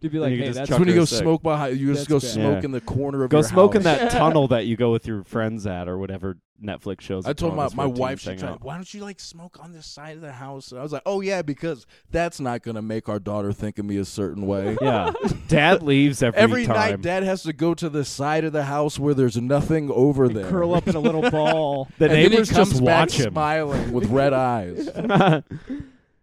Speaker 1: to be like,
Speaker 4: you can
Speaker 1: hey,
Speaker 4: just
Speaker 1: that's
Speaker 2: That's when
Speaker 4: Tucker
Speaker 2: you go
Speaker 4: is sick.
Speaker 2: smoke behind. You
Speaker 1: That's
Speaker 2: just go
Speaker 1: bad.
Speaker 2: smoke
Speaker 4: Yeah.
Speaker 2: in the corner of
Speaker 4: Go
Speaker 2: your
Speaker 4: smoke in
Speaker 2: house.
Speaker 4: that tunnel that you go with your friends at or whatever Netflix shows.
Speaker 2: I
Speaker 4: it's
Speaker 2: told
Speaker 4: on,
Speaker 2: my,
Speaker 4: this
Speaker 2: my
Speaker 4: 14
Speaker 2: wife, she
Speaker 4: thing
Speaker 2: tried,
Speaker 4: out.
Speaker 2: why don't you like smoke on this side of the house? And I was like, oh yeah, because that's not gonna make our daughter think of me a certain way.
Speaker 4: Yeah. Dad leaves every,
Speaker 2: Every
Speaker 4: time.
Speaker 2: night, Dad has to go to the side of the house where there's nothing over
Speaker 1: and
Speaker 2: there.
Speaker 1: curl up in a little ball.
Speaker 4: the
Speaker 2: and then he
Speaker 4: neighbors
Speaker 2: comes
Speaker 4: just
Speaker 2: back
Speaker 4: watch him.
Speaker 2: smiling with red eyes.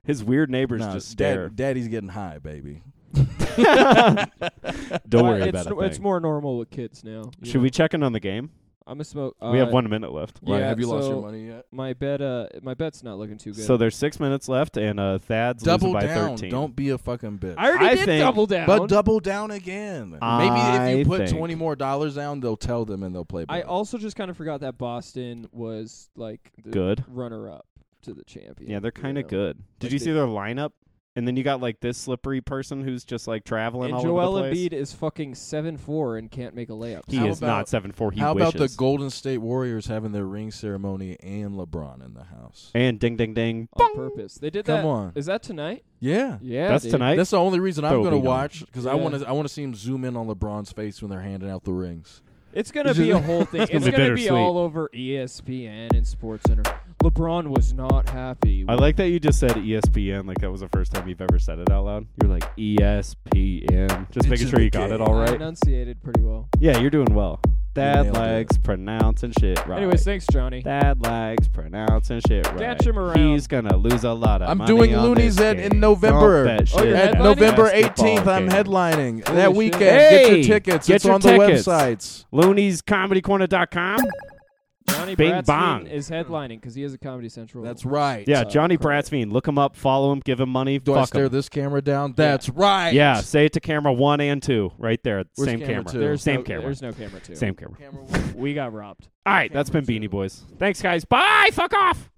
Speaker 4: His weird neighbors
Speaker 2: Nah,
Speaker 4: just stare.
Speaker 2: Dad, Daddy's getting high, baby.
Speaker 4: Don't
Speaker 1: Well,
Speaker 4: worry
Speaker 1: Uh, it's,
Speaker 4: about it.
Speaker 1: no- It's more normal with kids now. you
Speaker 4: Should
Speaker 1: know?
Speaker 4: we check in on the game?
Speaker 1: I'm a smoke.
Speaker 4: we have
Speaker 1: uh,
Speaker 4: one minute left.
Speaker 2: Ryan,
Speaker 1: Yeah,
Speaker 2: have you lost
Speaker 1: so
Speaker 2: your money yet?
Speaker 1: My bet, uh, my bet's not looking too good.
Speaker 4: So there's six minutes left, and uh, Thad's
Speaker 2: Double
Speaker 4: losing by
Speaker 2: down.
Speaker 4: 13.
Speaker 2: Don't be a fucking bitch.
Speaker 1: I already
Speaker 4: I
Speaker 1: did
Speaker 4: think-
Speaker 1: double down.
Speaker 2: but double down again. Maybe if
Speaker 4: I
Speaker 2: you put
Speaker 4: think-
Speaker 2: twenty more dollars down, they'll tell them and they'll play.
Speaker 1: I
Speaker 2: better.
Speaker 1: also just kind of forgot that Boston was like the
Speaker 4: good.
Speaker 1: runner up to the champion.
Speaker 4: Yeah, they're
Speaker 1: you
Speaker 4: kind of
Speaker 1: know?
Speaker 4: good. Did
Speaker 1: Like
Speaker 4: you
Speaker 1: they-
Speaker 4: see their lineup? And then you got like this slippery person who's just like traveling
Speaker 1: And
Speaker 4: all
Speaker 1: Joel
Speaker 4: over the place.
Speaker 1: Embiid is fucking seven four and can't make a layup.
Speaker 4: He
Speaker 2: How
Speaker 4: is
Speaker 2: about-
Speaker 4: not seven four. He
Speaker 2: How
Speaker 4: wishes.
Speaker 2: about the Golden State Warriors having their ring ceremony and LeBron in the house?
Speaker 4: and ding ding ding.
Speaker 1: on purpose. They did
Speaker 2: Come
Speaker 1: that.
Speaker 2: on.
Speaker 1: Is that tonight?
Speaker 2: Yeah.
Speaker 1: Yeah,
Speaker 4: That's
Speaker 1: dude.
Speaker 4: tonight.
Speaker 2: That's the only reason
Speaker 4: That
Speaker 2: I'm
Speaker 4: would
Speaker 2: going to
Speaker 4: be nice.
Speaker 2: watch because I
Speaker 1: Yeah.
Speaker 2: want to I want to see him zoom in on LeBron's face when they're handing out the rings.
Speaker 1: It's gonna
Speaker 2: It's
Speaker 1: be a
Speaker 2: just-
Speaker 1: whole thing.
Speaker 4: gonna
Speaker 1: it's
Speaker 4: be
Speaker 1: gonna be
Speaker 4: bittersweet.
Speaker 1: all over E ESPN and SportsCenter. LeBron was not happy.
Speaker 4: I like that you just said E ESPN. Like that was the first time you've ever said it out loud. You're like E ESPN. Just
Speaker 2: It's
Speaker 4: making
Speaker 2: in
Speaker 4: sure
Speaker 2: the
Speaker 4: you got
Speaker 2: game.
Speaker 4: it all
Speaker 1: I
Speaker 4: right.
Speaker 1: enunciated pretty well.
Speaker 4: Yeah, you're doing well. Dad
Speaker 2: nailed it.
Speaker 4: likes pronouncing shit right.
Speaker 1: Anyways, thanks, Johnny.
Speaker 4: Dad likes pronouncing shit right.
Speaker 1: Catch him around.
Speaker 4: He's gonna lose a lot of
Speaker 2: I'm
Speaker 4: money
Speaker 2: doing
Speaker 4: on
Speaker 2: Looney's
Speaker 4: this
Speaker 2: in- in
Speaker 4: game.
Speaker 2: November.
Speaker 4: Don't bet
Speaker 1: Oh,
Speaker 4: shit
Speaker 1: you're
Speaker 4: at
Speaker 1: headlining?
Speaker 4: that
Speaker 2: November
Speaker 4: basketball
Speaker 2: 18th, I'm
Speaker 4: game.
Speaker 2: headlining
Speaker 1: Holy
Speaker 2: that
Speaker 1: shit.
Speaker 2: weekend.
Speaker 4: Hey,
Speaker 2: get your tickets.
Speaker 4: get
Speaker 2: it's
Speaker 4: your
Speaker 2: on
Speaker 4: tickets.
Speaker 2: the websites.
Speaker 4: Looney's comedycorner.com.
Speaker 1: Johnny
Speaker 4: Bing
Speaker 1: Bratsman
Speaker 4: bong.
Speaker 1: is headlining because he has a Comedy Central.
Speaker 2: That's right.
Speaker 4: Yeah,
Speaker 1: Uh,
Speaker 4: Johnny
Speaker 1: correct.
Speaker 4: Bratsmean. Look him up, follow him, give him money.
Speaker 2: Do I
Speaker 4: fuck
Speaker 2: stare
Speaker 4: him.
Speaker 2: this camera down? That's right.
Speaker 4: Yeah, say it to camera one and two, right there.
Speaker 2: Where's
Speaker 4: Same
Speaker 2: camera
Speaker 4: camera.
Speaker 2: two?
Speaker 1: There's
Speaker 4: Same
Speaker 1: no,
Speaker 4: camera.
Speaker 1: There's no camera too.
Speaker 4: Same camera.
Speaker 2: Camera one.
Speaker 1: We got robbed.
Speaker 4: All right, that's been
Speaker 2: camera two.
Speaker 4: Beanie Boys. Thanks, guys. Bye. Fuck off.